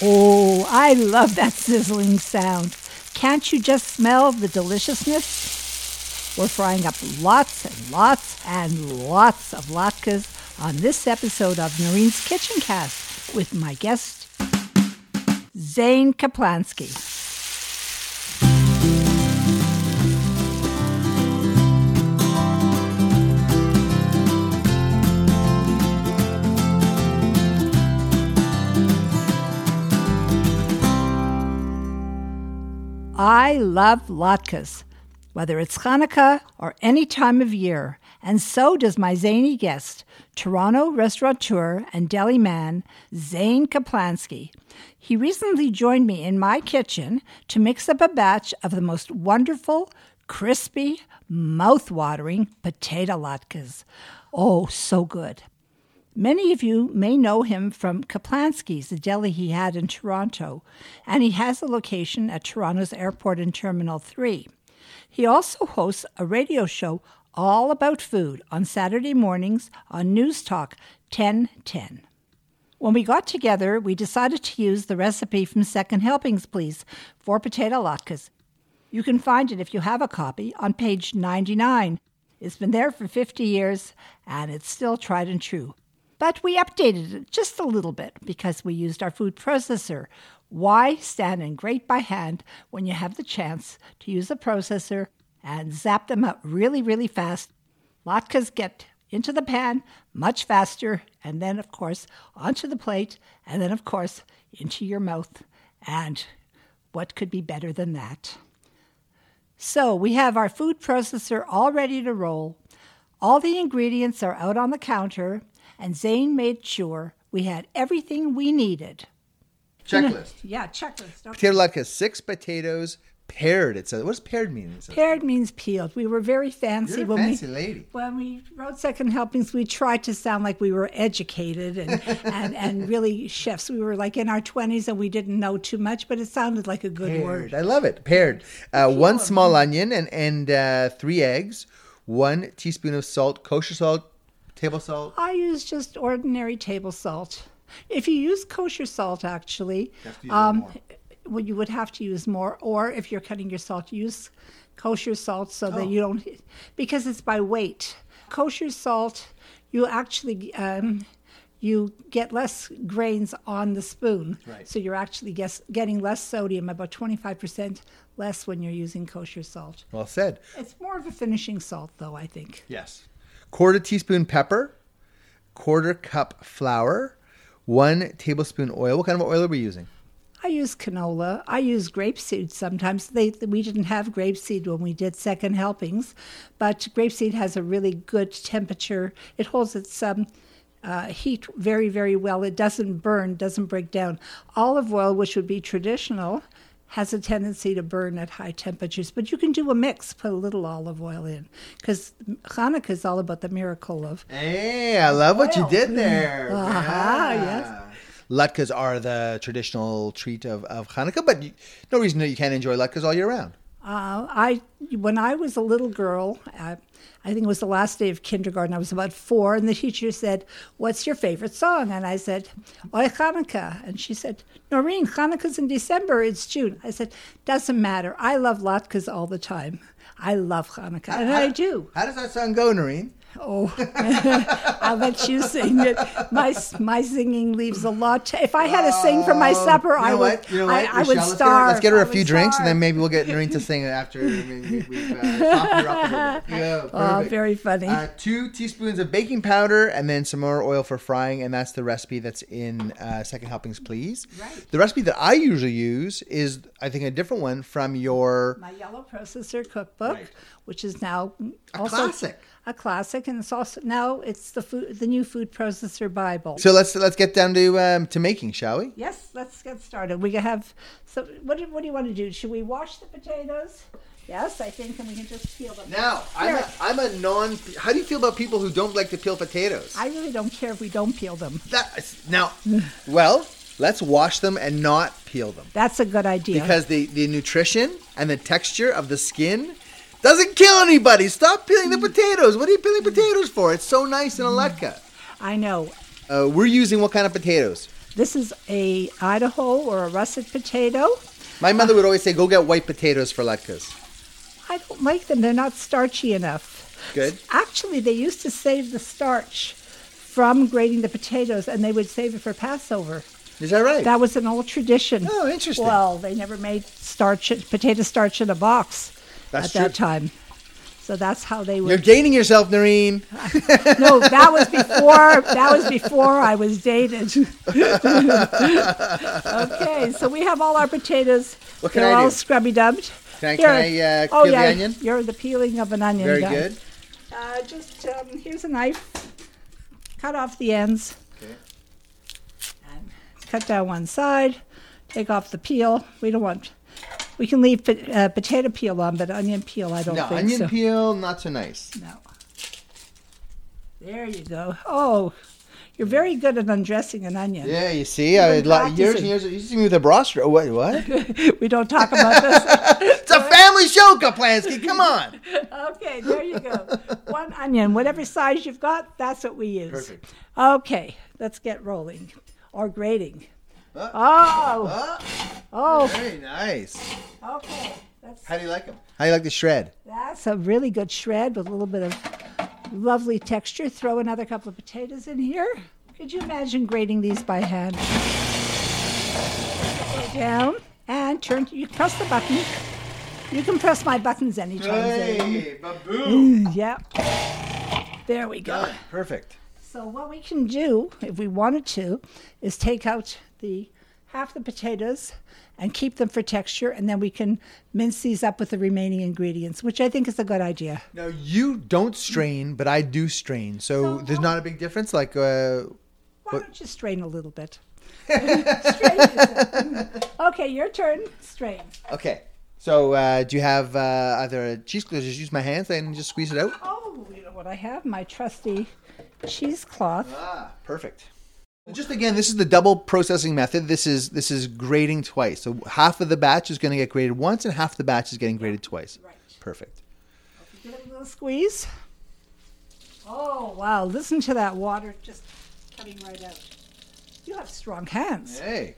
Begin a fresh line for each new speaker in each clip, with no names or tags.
Oh, I love that sizzling sound. Can't you just smell the deliciousness? We're frying up lots and lots and lots of latkes on this episode of Noreen's Kitchen Cast with my guest, Zane Kaplansky. I love latkes, whether it's Hanukkah or any time of year, and so does my zany guest, Toronto restaurateur and deli man Zane Kaplansky. He recently joined me in my kitchen to mix up a batch of the most wonderful, crispy, mouth-watering potato latkes. Oh, so good. Many of you may know him from Kaplansky's, the deli he had in Toronto, and he has a location at Toronto's airport in Terminal 3. He also hosts a radio show all about food on Saturday mornings on News Talk 1010. When we got together, we decided to use the recipe from Second Helpings, Please for potato latkes. You can find it if you have a copy on page 99. It's been there for 50 years and it's still tried and true. But we updated it just a little bit because we used our food processor. Why stand and grate by hand when you have the chance to use a processor and zap them up really, really fast? Latkes get into the pan much faster and then, of course, onto the plate and then, of course, into your mouth. And what could be better than that? So we have our food processor all ready to roll. All the ingredients are out on the counter, and Zane made sure we had everything we needed.
Checklist.
Yeah, checklist. Okay.
Potato latke, six potatoes paired. It says, what does paired mean? It says-
Paired means peeled. We were very fancy
You're a
when
fancy
we
lady.
when we wrote second helpings. We tried to sound like we were educated and and, and really chefs. We were like in our twenties and we didn't know too much, but it sounded like a good word.
Paired. I love it. Paired. Uh, one small onion and, and uh, three eggs, one teaspoon of salt, kosher salt, table salt.
I use just ordinary table salt. If you use kosher salt, actually, um, well, you would have to use more. Or if you're cutting your salt, use kosher salt so that you don't, because it's by weight. Kosher salt, you actually um, you get less grains on the spoon,
Right.
so you're actually guess, getting less sodium, about 25% less when you're using kosher salt.
Well said.
It's more of a finishing salt, though, I think.
Yes. Quarter teaspoon pepper, quarter cup flour, one tablespoon oil. What kind of oil are we using?
I use canola. I use grapeseed sometimes. They, we didn't have grapeseed when we did second helpings, but grapeseed has a really good temperature. It holds its um, uh, heat very, very well. It doesn't burn, doesn't break down. Olive oil, which would be traditional, has a tendency to burn at high temperatures, but you can do a mix, put a little olive oil in, because Hanukkah is all about the miracle of
Hey, I love what you did there.
Ah,
yes. Latkes are the traditional treat of, of Hanukkah, but you, no reason that you can't enjoy latkes all year round.
Uh, I when I was a little girl, uh, I think it was the last day of kindergarten. I was about four, and the teacher said, "What's your favorite song?" And I said, "Oy Hanukkah." And she said, "Noreen, Hanukkah's in December. It's June." I said, "Doesn't matter. I love latkes all the time. I love Hanukkah, and I do."
How does that song go, Noreen?
Oh, I'll let you sing it. My my singing leaves a lot. to- if I had to sing for my
Oh,
supper,
you
I
know
would.
what? You know
I,
what,
I would
Michelle, let's get her-
starve.
Let's get her
I
a
would
few drinks, and
starve.
then maybe we'll get Noreen to sing it after we- we've uh, softened her up a little
Oh,
bit. Yeah, perfect.
very funny.
Uh, two teaspoons of baking powder and then some more oil for frying, and that's the recipe that's in uh, Second Helpings, Please. Right. The recipe that I usually use is, I think, a different one from your.
my yellow processor cookbook
Right.
which is now a
classic.
a classic and it's also now it's the food the new food processor bible
So let's let's get down to um, to making, shall we?
yes let's get started we have so what do, what do you want to do should we wash the potatoes yes i think and we can just peel them
Now I'm a, I'm a non. How do you feel about people who don't like to peel potatoes?
i really don't care if we don't peel them
That now, well, let's wash them and not peel them
that's a good idea
because the the nutrition and the texture of the skin doesn't kill anybody. Stop peeling the potatoes. What are you peeling Mm. potatoes for? It's so nice in a latke.
i know
Uh, we're using what kind of potatoes?
This is a Idaho or a russet potato.
My mother would always say, "Go get white potatoes for latkes."
I don't like them. They're not starchy enough.
Good.
Actually, they used to save the starch from grating the potatoes, and they would save it for Passover.
Is that right?
That was an old tradition.
Oh, interesting.
Well, they never made starch, potato starch in a box
That's
at that
true.
time. So that's how they
You're
would.
dating yourself, Noreen.
no, that was before. That was before I was dated. okay, so we have all our potatoes.
What can
They're
I
all
do?
scrubby dubbed.
Can I- can I, uh,
oh
peel the
yeah,
onion?
you're the peeling of an onion.
Very
guy.
good.
Uh, just um, here's a knife. Cut off the ends.
Okay.
And cut down one side. Take off the peel. We don't want. We can leave po- uh, potato peel on, but onion peel I don't
No,
think
onion
so.
peel, not so nice.
No. There you go. Oh, you're very good at undressing an onion.
Yeah, you see, I
been
had lot, years and
practicing.
years. You used to me with a bra strap. What? What?
We don't talk about this.
it's a family show, Kaplansky. Come on.
okay, there you go. One onion, whatever size you've got, that's what we use.
Perfect.
Okay, let's get rolling or grating. Oh,
Oh,
oh,
very nice.
okay. That's,
How do you like them? How do you like the shred?
that's a really good shred with a little bit of lovely texture. Throw another couple of potatoes in here. Could you imagine grating these by hand? Go down and turn. You press the button. You can press my buttons anytime. Zane.
baboom.
Yep. There we go.
Done. Perfect.
So what we can do, if we wanted to, is take out the half the potatoes and keep them for texture, and then we can mince these up with the remaining ingredients, which I think is a good idea.
Now you don't strain, but I do strain. So
So
there's
how-
not a big difference. Like, uh,
Why
But-
don't you strain a little bit? strain yourself. okay, your turn. Strain.
okay. So uh, do you have uh, either a cheesecloth? Just use my hands and just squeeze it out.
Oh, you know what I have? My trusty cheesecloth.
Ah, perfect. Just again, this is the double processing method. This is this is grading twice. So half of the batch is going to get graded once, and half the batch is getting graded twice.
Right.
Perfect.
Give it a little squeeze. Oh, wow. Listen to that water just coming right out. You have strong hands.
Hey.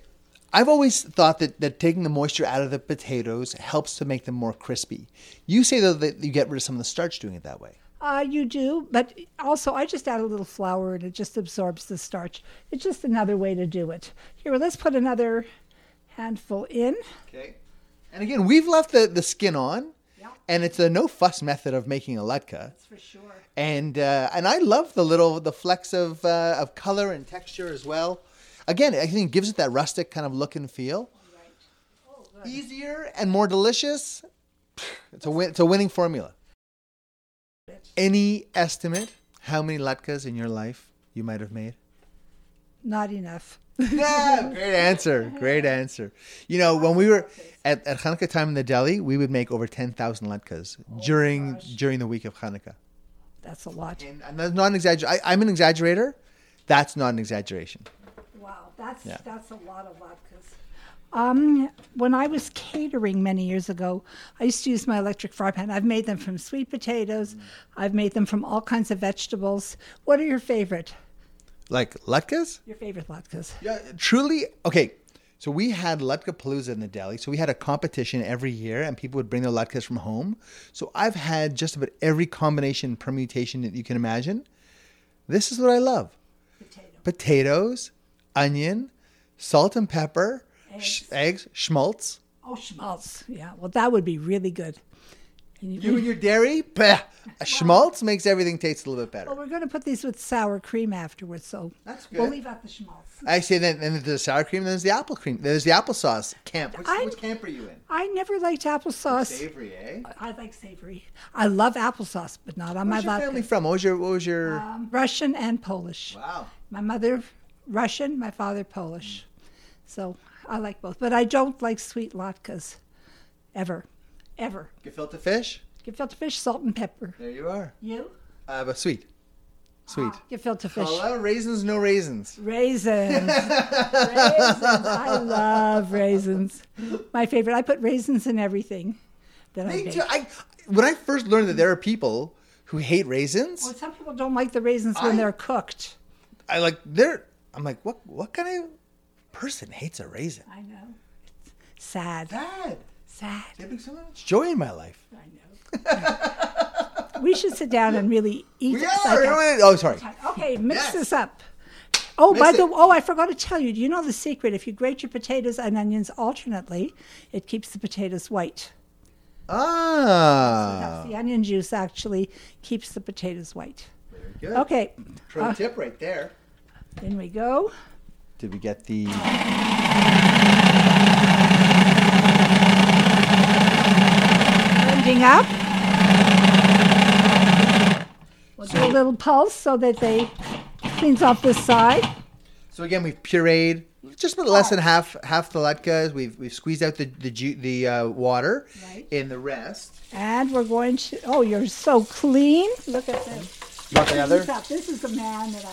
I've always thought that, that taking the moisture out of the potatoes helps to make them more crispy. You say though that you get rid of some of the starch doing it that way.
Uh, you do, but also I just add a little flour and it just absorbs the starch. It's just another way to do it. Here, let's put another handful in.
Okay. And again, we've left the, the skin on,
Yeah.
and it's a no fuss method of making a latke.
That's for sure.
and uh, and I love the little the flecks of uh, of color and texture as well. Again, I think it gives it that rustic kind of look and feel.
Right. Oh, good.
Easier and more delicious. It's a win- it's a winning formula. Any estimate how many latkes in your life you might have made?
Not enough.
Yeah, great answer. Great answer. You know, when we were at, at Hanukkah time in the deli, we would make over 10,000 latkes during during the week of Hanukkah.
That's a lot.
And, and that's not an exaggeration. I'm an exaggerator. That's not an exaggeration.
Wow, that's
Yeah.
that's a lot of latkes. Um, when I was catering many years ago, I used to use my electric fry pan. I've made them from sweet potatoes. I've made them from all kinds of vegetables. What are your favorite?
Like latkes?
Your favorite latkes?
Yeah, truly. Okay, so we had latke palooza in the deli. So we had a competition every year, and people would bring their latkes from home. So I've had just about every combination permutation that you can imagine. This is what I love:
Potato.
potatoes, onion, salt and pepper, eggs, sh- eggs schmaltz.
Oh, schmaltz. Yeah. Well, that would be really good. And you-
You and your dairy, bah, a schmaltz makes everything taste a little bit
well,
better.
we're going to put these with sour cream afterwards, so
That's
we'll
good.
leave out the schmaltz.
I say then, then there's the sour cream, then there's the apple cream, there's the applesauce camp. Which,
I'm-
which camp are you in?
I never liked applesauce.
Savory, eh?
I like savory. I love applesauce, but not on
Where's
Uh, my
your
latke.
family from? What was your? What was your?
Um, Russian and Polish.
wow.
My mother Russian, my father Polish. So I like both, but I don't like sweet latkes, ever, ever.
Gefilte fish.
Gefilte fish, salt and pepper.
There you are.
You?
Uh, but sweet, sweet.
Gefilte fish.
A lot of raisins, no raisins.
Raisins. raisins. I love raisins. My favorite. I put raisins in everything that I
Me
make.
too. I when I first learned that there are people who hate raisins,
Well, some people don't like the raisins when
I-
they're cooked.
I like they're. I'm like, what? What kind of? person hates a raisin.
I know. It's sad.
Dad,
Sad.
there be so much joy in my life.
I know. we should sit down and really eat.
We
like
are.
a-
oh, sorry.
Okay, mix
Yes.
this up. Oh, by
Mix
the
it.
oh, I forgot to tell you. Do you know the secret? If you grate your potatoes and onions alternately, it keeps the potatoes white.
Ah.
Perhaps the onion juice actually keeps the potatoes white.
Good.
Okay, Uh.
Pro tip right there.
in we go.
Did we get the?
Blending up. We'll do a little pulse so that they cleans off this side.
So again, we've pureed just about less than half half the latkes. We've we've squeezed out the the ju- the uh, water
Right.
in the rest.
And we're going to. Oh, you're so clean. Look at this.
Not the
This up. This is the man that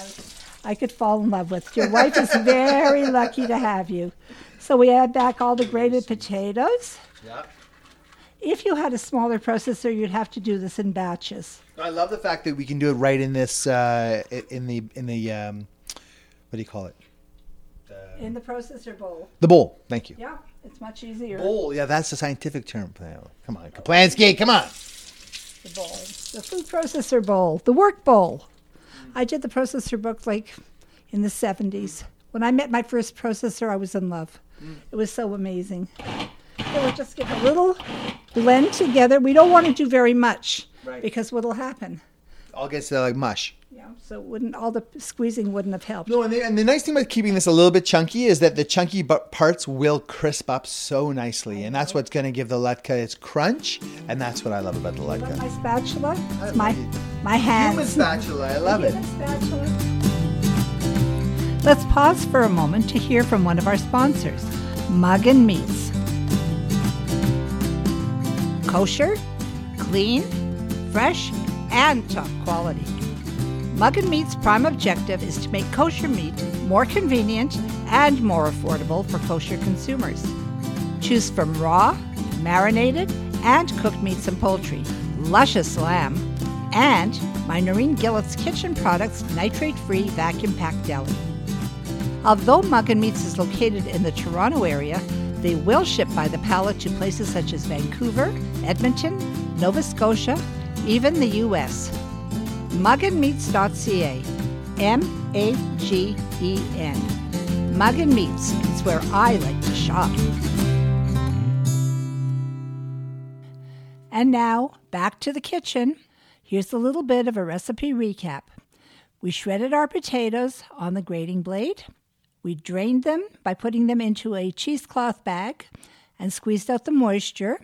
I, I could fall in love with. Your wife is very lucky to have you. So we add back all the grated potatoes.
Yeah.
If you had a smaller processor, you'd have to do this in batches.
I love the fact that we can do it right in this uh, i- in the in the um, what do you call it?
In the processor bowl.
The bowl. Thank you.
Yeah, it's much easier.
Bowl. Yeah, that's the scientific term. for that one. Come on, Kaplansky. Come on.
The bowl. The food processor bowl. The work bowl. I did the processor book like in the 70s. When I met my first processor, I was in love. It was so amazing. So we just give a little blend together. We don't want to do very much
Right.
because what'll happen?
All gets uh, like mush.
Yeah. So it wouldn't all the squeezing wouldn't have helped.
No, and the, and the nice thing about keeping this a little bit chunky is that the chunky bu- parts will crisp up so nicely, and that's what's going to give the letka its crunch, and that's what I love about the
But
letka.
My spatula, it's
love
my
you.
my hands.
Human spatula, I love it.
Let's pause for a moment to hear from one of our sponsors, Mug and Meats. Kosher, clean, fresh, and top quality. Mug and Meat's prime objective is to make kosher meat more convenient and more affordable for kosher consumers. Choose from raw, marinated, and cooked meats and poultry, luscious lamb, and my Noreen Gillett's Kitchen Products nitrate free vacuum packed deli. Although Mug and Meats is located in the Toronto area, they will ship by the pallet to places such as Vancouver, Edmonton, Nova Scotia, even the US. Mugandmeats.ca M A G E N. Mug and Meats is where I like to shop. And now, back to the kitchen. Here's a little bit of a recipe recap. We shredded our potatoes on the grating blade. We drained them by putting them into a cheesecloth bag and squeezed out the moisture.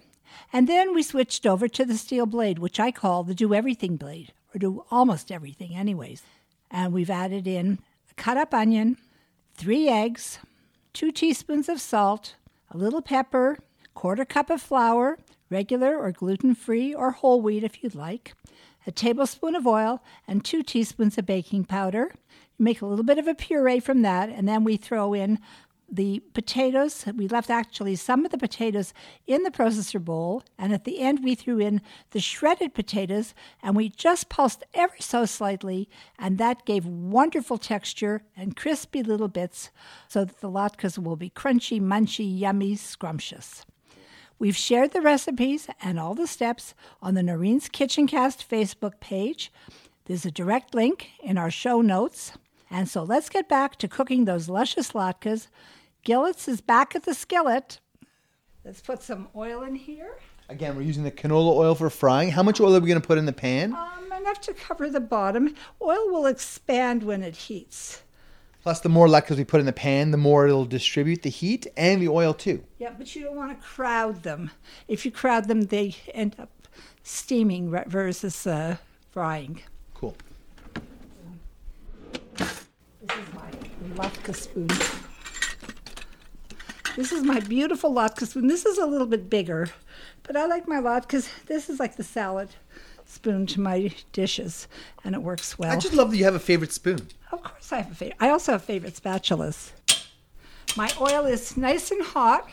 And then we switched over to the steel blade, which I call the do everything blade, or do almost everything, anyways. And we've added in a cut up onion, three eggs, two teaspoons of salt, a little pepper, quarter cup of flour, regular or gluten free or whole wheat if you'd like, a tablespoon of oil, and two teaspoons of baking powder. You make a little bit of a puree from that, and then we throw in the potatoes. We left actually some of the potatoes in the processor bowl, and at the end, we threw in the shredded potatoes and we just pulsed ever so slightly, and that gave wonderful texture and crispy little bits so that the latkes will be crunchy, munchy, yummy, scrumptious. We've shared the recipes and all the steps on the Noreen's Kitchen Cast Facebook page. There's a direct link in our show notes. And so let's get back to cooking those luscious latkes. Gillett's is back at the skillet. Let's put some oil in here,
Again, we're using the canola oil for frying. How much oil are we going to put in the pan?
um, enough to cover the bottom. Oil will expand when it heats.
Plus, the more latkes we put in the pan, the more it'll distribute the heat and the oil too.
Yeah, but you don't want to crowd them. If you crowd them, they end up steaming re- versus uh, frying.
Cool.
This is my latke spoon. This is my beautiful latke spoon. This is a little bit bigger, but I like my latkes. This is like the salad spoon to my dishes, and it works well.
I just love that you have a favorite spoon.
Of course, I have a favorite. I also have favorite spatulas. My oil is nice and hot.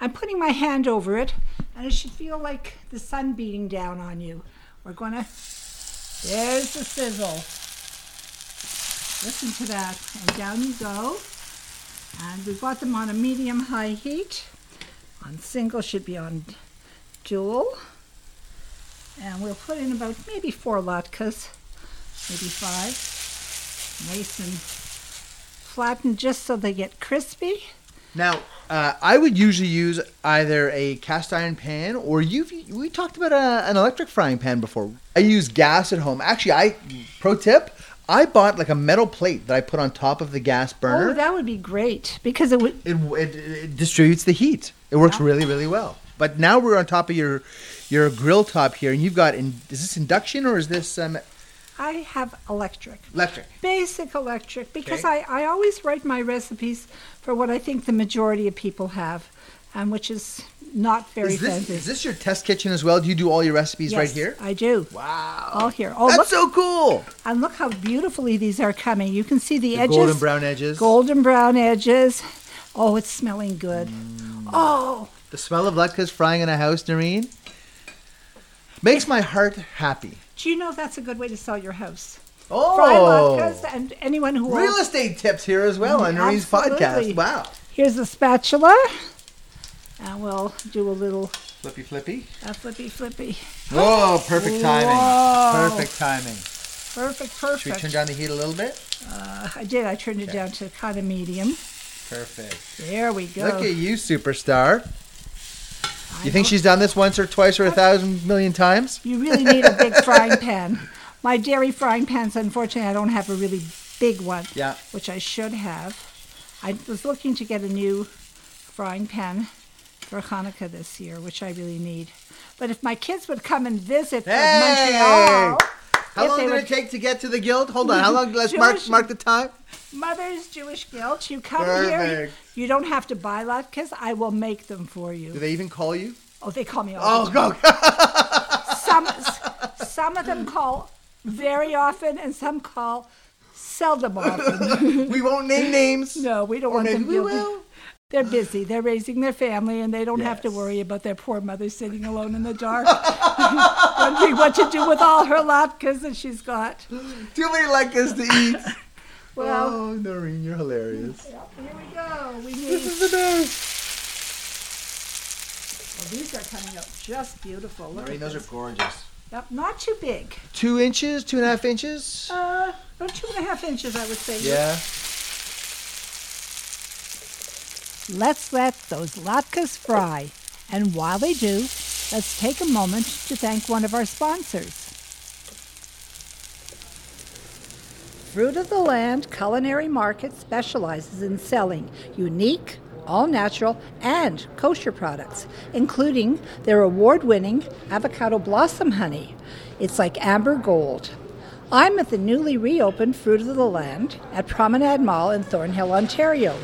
I'm putting my hand over it, and it should feel like the sun beating down on you. We're gonna. There's the sizzle. Listen to that, and down you go. And We bought them on a medium high heat. On single should be on dual. And we'll put in about maybe four latkes, maybe five. Nice and flattened just so they get crispy.
Now, uh, I would usually use either a cast iron pan or you've we talked about a, an electric frying pan before. I use gas at home. Actually, I pro tip, I bought like a metal plate that I put on top of the gas burner.
Oh, that would be great because it would.
it, it, it distributes the heat. It works really, really well. But now we're on top of your your grill top here, and you've got in, is this induction or is this um,
I have electric.
electric?
basic electric because
Okay.
I, I always write my recipes for what I think the majority of people have, um, which is not very
Is this,
fancy.
is this your test kitchen as well? Do you do all your recipes right
Yes,
here?
I do.
Wow,
All here. Oh,
that's
look,
so cool!
and look how beautifully these are coming. You can see the,
The
edges.
golden brown edges,
Golden brown edges. Oh, it's smelling good.
Mm.
Oh,
the smell of latkes frying in a house, Noreen, makes my heart happy.
do you know that's a good way to sell your house? Fry
Oh,
latkes and anyone who
real
owns-
estate tips here as well on
Mm,
Noreen's podcast.
absolutely.
Wow,
Here's a spatula. And we'll do a little
flippy flippy.
uh, flippy flippy.
Whoa, perfect timing.
Whoa.
Perfect timing.
Perfect, perfect. Uh,
Should we turn down the heat a little bit?
I did. I turned it down to kind of medium.
Perfect.
There we go.
Look at you, superstar.
I
You think
know-
she's done this once or twice or a thousand million times?
You really need a big frying pan. My dairy frying pans, unfortunately, I don't have a really big one.
Yeah.
Which I should have. I was looking to get a new frying pan for Hanukkah this year, which I really need. But if my kids would come and visit from
Hey!
Montreal,
How
If
long
they
did
were-
it take to get to the guild? Hold on. How long? Let's mark
Jewish-
mark the time.
Mother's Jewish Guilt, you come here.
Perfect.
You don't have to buy latkes. I will make them for
Do
you.
they even call you?
Oh, they call me all the
Oh, go.
some some of them call very often and some call seldom often.
we won't name names.
No, we don't want
maybe
them
we
guilty.
will.
They're busy. They're raising their family and they don't have to
Yes.
worry about their poor mother sitting alone in the dark wondering what to do with all her latkes that she's got.
Too many latkes to eat.
Well,
oh, Noreen, you're hilarious.
yep, here we go. We need
This is the best.
well, oh, these are coming up just beautiful. Look
Noreen,
at
those are
this.
gorgeous.
Yep, not too big.
Two inches, two and a half inches.
Uh, about two and a half inches, I would say.
Yeah.
Let's let those latkes fry. And while they do, let's take a moment to thank one of our sponsors. Fruit of the Land Culinary Market specializes in selling unique, all natural, and kosher products, including their award winning avocado blossom honey. It's like amber gold. I'm at the newly reopened Fruit of the Land at Promenade Mall in Thornhill, Ontario,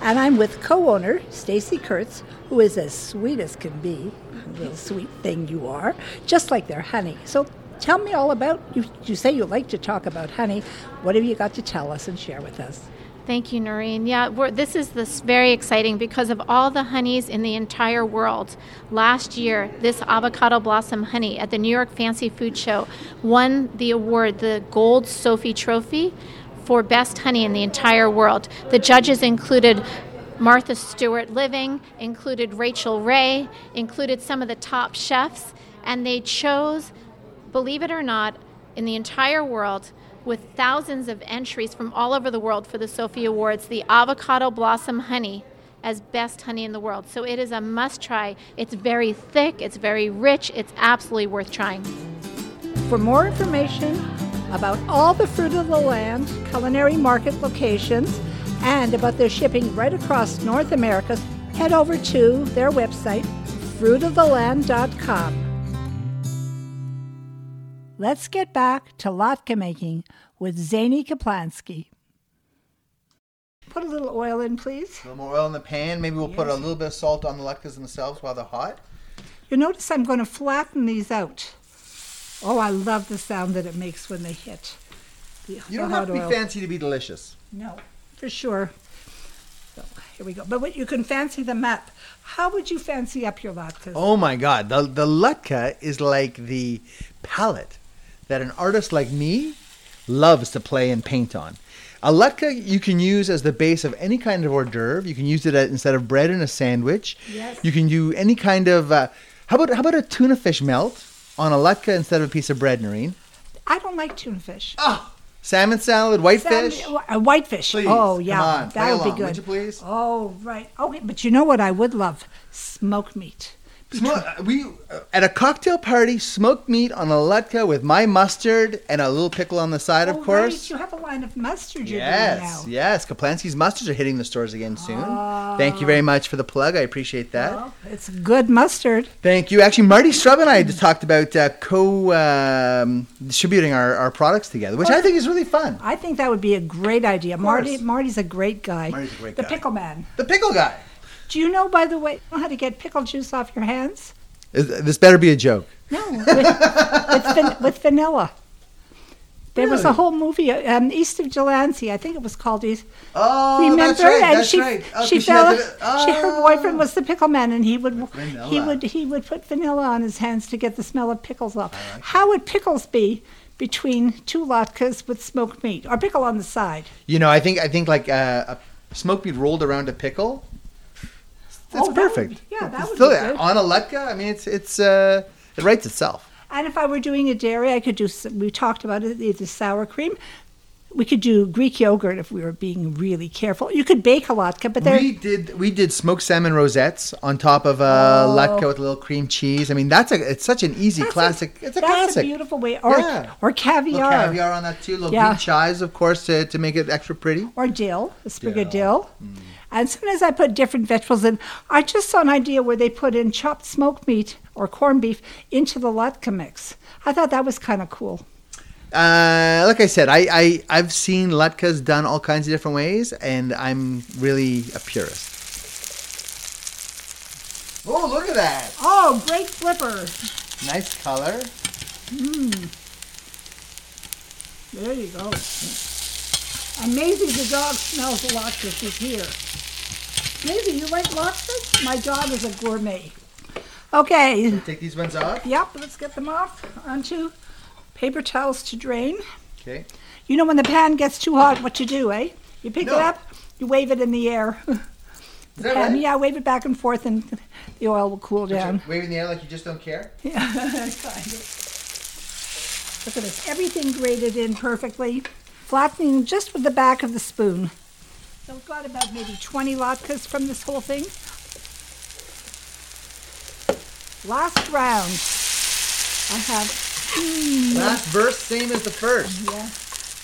and I'm with co-owner Stacy Kurtz, who is as sweet as can be, little sweet thing you are, just like their honey. So tell me all about you. You say you like to talk about honey. What have you got to tell us and share with us?
Thank you, Noreen. Yeah, we're, this is this very exciting because of all the honeys in the entire world. Last year, this avocado blossom honey at the New York Fancy Food Show won the award, the Gold Sophie Trophy, for best honey in the entire world. The judges included Martha Stewart Living, included Rachel Ray, included some of the top chefs, and they chose believe it or not, in the entire world, with thousands of entries from all over the world for the Sophie Awards, the avocado blossom honey as best honey in the world. So it is a must try. It's very thick, it's very rich, it's absolutely worth trying.
For more information about all the Fruit of the Land culinary market locations and about their shipping right across North America, head over to their website, fruitoftheland.com. Let's get back to latke making with Zany Kaplansky. Put a little oil in, please.
A little more oil in the pan. Maybe we'll put a little bit of salt on the latkes themselves while they're hot.
You'll notice I'm going to flatten these out. Oh, I love the sound that it makes when they hit. the-
You
the
don't have
hot
to be
oil.
fancy to be delicious.
No, for sure. So, here we go. But what, you can fancy them up. How would you fancy up your latkes?
Oh my God, the the latke is like the palette that an artist like me loves to play and paint on. A latke you can use as the base of any kind of hors d'oeuvre. You can use it as, instead of bread in a sandwich.
Yes.
You can do any kind of. Uh, how about how about a tuna fish melt on a latke instead of a piece of bread, Noreen?
I don't like tuna fish.
Salmon salad,
Salmon-
whitefish.
uh, whitefish.
Please,
oh
come
yeah,
on,
that
play
would
along,
be good.
would you please?
Oh right. Okay, but you know what I would love? Smoked meat.
Smo- uh, we uh, at a cocktail party smoked meat on a latke with my mustard and a little pickle on the side,
Oh,
of
right,
course.
you have a line of mustard. You're
Yes,
doing now.
yes. Kaplansky's mustards are hitting the stores again soon.
Ah.
Thank you very much for the plug. I appreciate that.
Well, it's good mustard.
Thank you. Actually, Marty Strub and I just talked about uh, co um, distributing our, our products together, which I think is really fun.
I think that would be a great idea. Marty,
course.
Marty's a great guy.
Marty's a great
the
guy.
pickle man.
The pickle guy.
Do you know, by the way, how to get pickle juice off your hands?
Is- This better be a joke.
No, with, with, van- with vanilla. There was a
Really?
whole movie, um, East of Delancey. I think it was called East.
Oh,
Remember?
that's right.
and
that's
she,
right. Oh,
she
'cause had
fell.
the-
she, her
oh.
boyfriend was the pickle man, and he would he
vanilla.
would he would put vanilla on his hands to get the smell of pickles off. How would pickles be between two latkes with smoked meat or pickle on the side?
You know, I think I think like uh, a smoked meat rolled around a pickle. That's
Oh, that would
perfect.
be- yeah, that
It's
would
still- uh,
be good.
On a latke, I mean, it's it's uh, it writes itself.
And if I were doing a dairy, I could do. s- We talked about it. Either sour cream. We could do Greek yogurt if we were being really careful. You could bake a latke, but there.
We did we did smoked salmon rosettes on top of a latke with a little cream cheese. I mean, that's a it's such an easy
Oh. that's
classic. it's a
that's
classic.
a beautiful way, or
Yeah.
or
little
caviar,
caviar on that too. Little
Yeah.
green chives, of course, to, to make it extra pretty.
or dill, a sprig of dill.
Mm.
And sometimes I put different vegetables in. I just saw an idea where they put in chopped smoked meat or corned beef into the latke mix. I thought that was kind of cool.
Uh, like I said, I, I I've seen latkes done all kinds of different ways, and I'm really a purist. Oh, look at that!
Oh, great flipper!
Nice color.
There you go. And Maisie, the dog, smells the lobster. She's here. Maisie, you like lobsters? My dog is a gourmet. Okay.
Take these ones off.
Yep, let's get them off onto paper towels to drain.
Okay.
You know when the pan gets too hot, what you do, eh? You pick
No.
it up, you wave it in the air.
Is that
And
right?
yeah, wave it back and forth and the oil will cool down.
Waving the air like you just don't care.
Yeah, kind of. Look at this. Everything grated in perfectly, flattening just with the back of the spoon. So we've got about maybe 20 latkes from this whole thing. Last round. I have
Last verse, same as the first.
Yeah.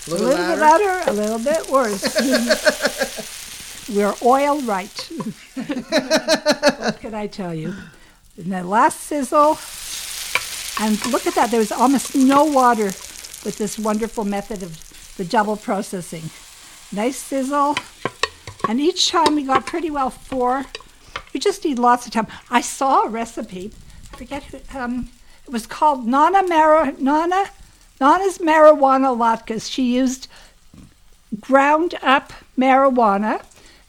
A
a
little,
little
louder.
bit louder, a little bit worse. We're oil right. what can I tell you? And the last sizzle. And look at that. There was almost no water with this wonderful method of the double processing. Nice sizzle. And each time we got pretty well four. You just need lots of time. I saw a recipe. I forget who. Um, it was called Nana Mara, Nana Nana's marijuana latkes. She used ground up marijuana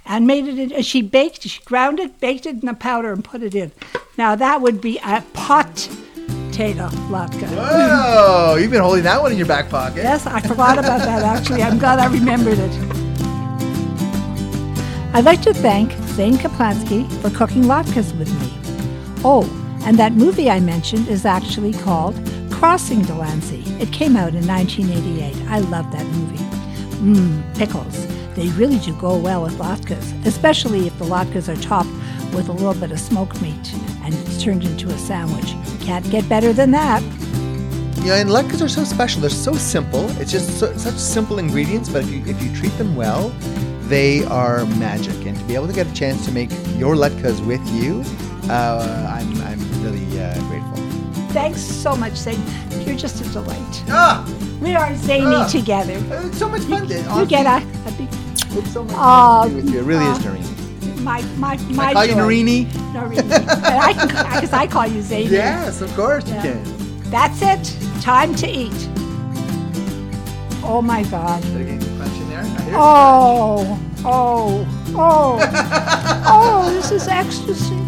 and made it. In, she baked. She ground it, baked it in a powder, and put it in. Now that would be a pot potato latke.
Whoa! Oh, You've been holding that one in your back pocket.
Yes, I forgot about that actually. I'm glad I remembered it. I'd like to thank Zane Kaplansky for cooking latkes with me. Oh, and that movie I mentioned is actually called Crossing Delancey. It came out in 1988. I love that movie. Mmm, pickles. They really do go well with latkes, especially if the latkes are topped with a little bit of smoked meat and it's turned into a sandwich. Can't get better than that.
You know, and latkes are so special. They're so simple. It's just so, such simple ingredients, but if you if you treat them well, they are magic. And to be able to get a chance to make your latkes with you, uh, I'm I'm really uh, grateful.
Thanks so much, Zane. You're just a delight.
Ah,
We are zany
Ah.
together.
it's so much fun. to-
You
honestly,
get a, a big,
It's so much
Aw,
fun to be with you. It really is,
aw.
Noreen.
my my ah. my.
I call you
joy.
Norini.
Noreen. And I can because I call you zany.
Yes, of course
Yeah.
you can.
That's it. Time to eat. Oh my God.
Did I get a crunch in there? I hear
Oh oh oh oh! This is ecstasy.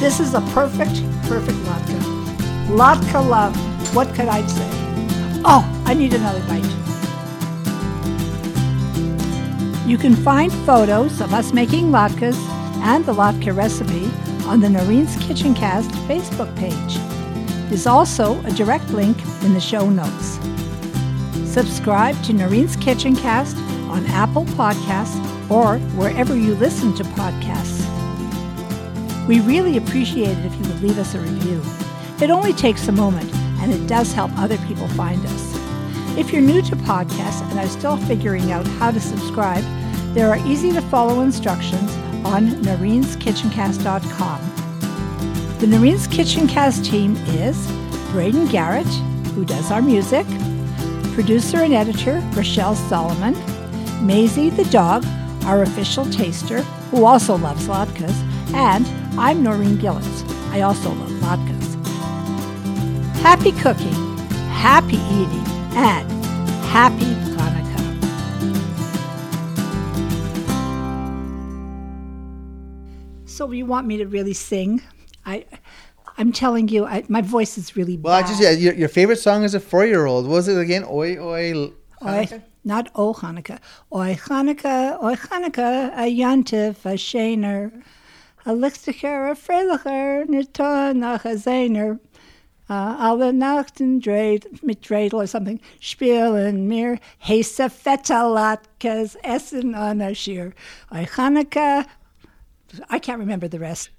This is a perfect perfect latke. Latke love. What could I say? Oh, I need another bite.
it.
You can find photos of us making latkes and the latke recipe on the Noreen's Kitchen Cast Facebook page. There's also a direct link in the show notes. Subscribe to Noreen's Kitchen Cast on Apple Podcasts or wherever you listen to podcasts. We really appreciate it if you would leave us a review. It only takes a moment and it does help other people find us. If you're new to podcasts and are still figuring out how to subscribe, there are easy to follow instructions on noreenskitchencast.com. The Noreen's Kitchen Cast team is Braden Garrett, who does our music, producer and editor Rochelle Solomon, Maisie the dog, our official taster, who also loves latkes, and I'm Noreen Gillis. I also love latkes. Happy cooking, happy eating, and happy Hanukkah. So you want me to really sing? I, I'm telling you, I, my voice is really
Well, I
bad.
just yeah, your, your favorite song as a four year old. What was it again? Oi oi. L-
Oi,
Hanukkah?
not O Hanukkah. Oi Hanukkah, Oi Hanukkah, a Yantif, a Shaner, a Lichticher, a Freilicher, Nito, nach a Zainer, uh, alle Nachten dreht, mit dreidel or something, spielen mir, hesa feta latkes, essen on a sheer. Oi Hanukkah, I can't remember the rest.